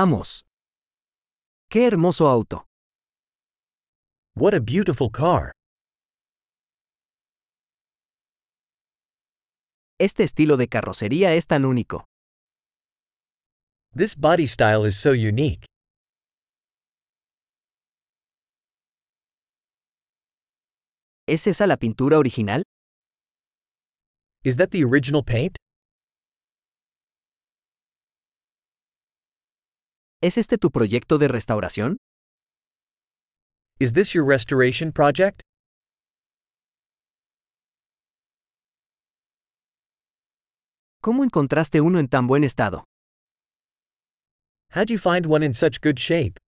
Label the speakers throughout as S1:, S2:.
S1: Vamos. Qué hermoso auto.
S2: What a beautiful car.
S1: Este estilo de carrocería es tan único.
S2: This body style is so unique.
S1: ¿Es esa la pintura original?
S2: Is that the original paint?
S1: ¿Es este tu proyecto de restauración?
S2: Is this your restoration project?
S1: ¿Cómo encontraste uno en tan buen estado?
S2: How'd you find one in such good shape?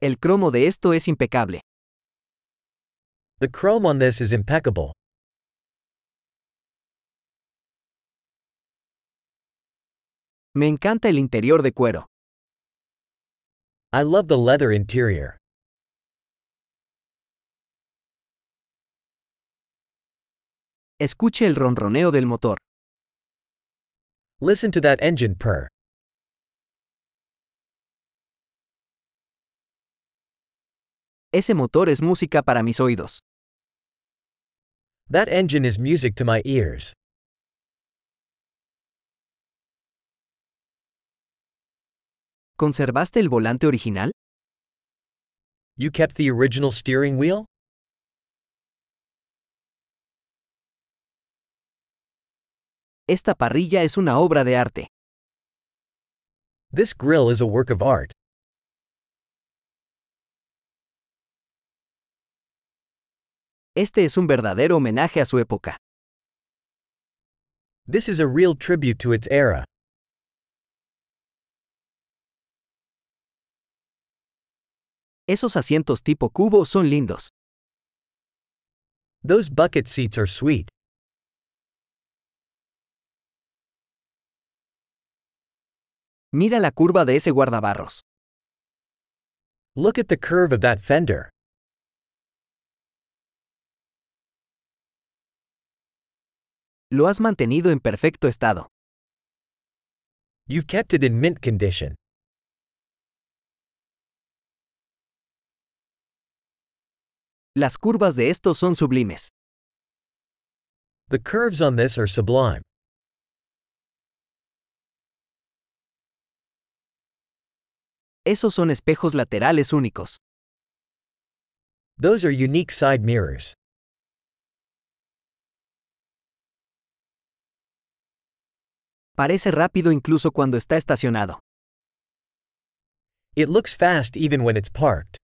S1: El cromo de esto es impecable.
S2: The chrome on this is impeccable.
S1: Me encanta el interior de cuero.
S2: I love the leather interior.
S1: Escuche el ronroneo del motor.
S2: Listen to that engine purr.
S1: Ese motor es música para mis oídos.
S2: That engine is music to my ears.
S1: ¿Conservaste el volante original?
S2: You kept the original steering wheel?
S1: Esta parrilla es una obra de arte.
S2: This grill is a work of art.
S1: Este es un verdadero homenaje a su época.
S2: This is a real tribute to its era.
S1: Esos asientos tipo cubo son lindos.
S2: Those bucket seats are sweet.
S1: Mira la curva de ese guardabarros.
S2: Look at the curve of that fender.
S1: Lo has mantenido en perfecto estado.
S2: You've kept it in mint condition.
S1: Las curvas de estos son sublimes.
S2: The curves on this are sublime.
S1: Esos son espejos laterales únicos.
S2: Those are unique side mirrors.
S1: Parece rápido incluso cuando está estacionado.
S2: It looks fast even when it's parked.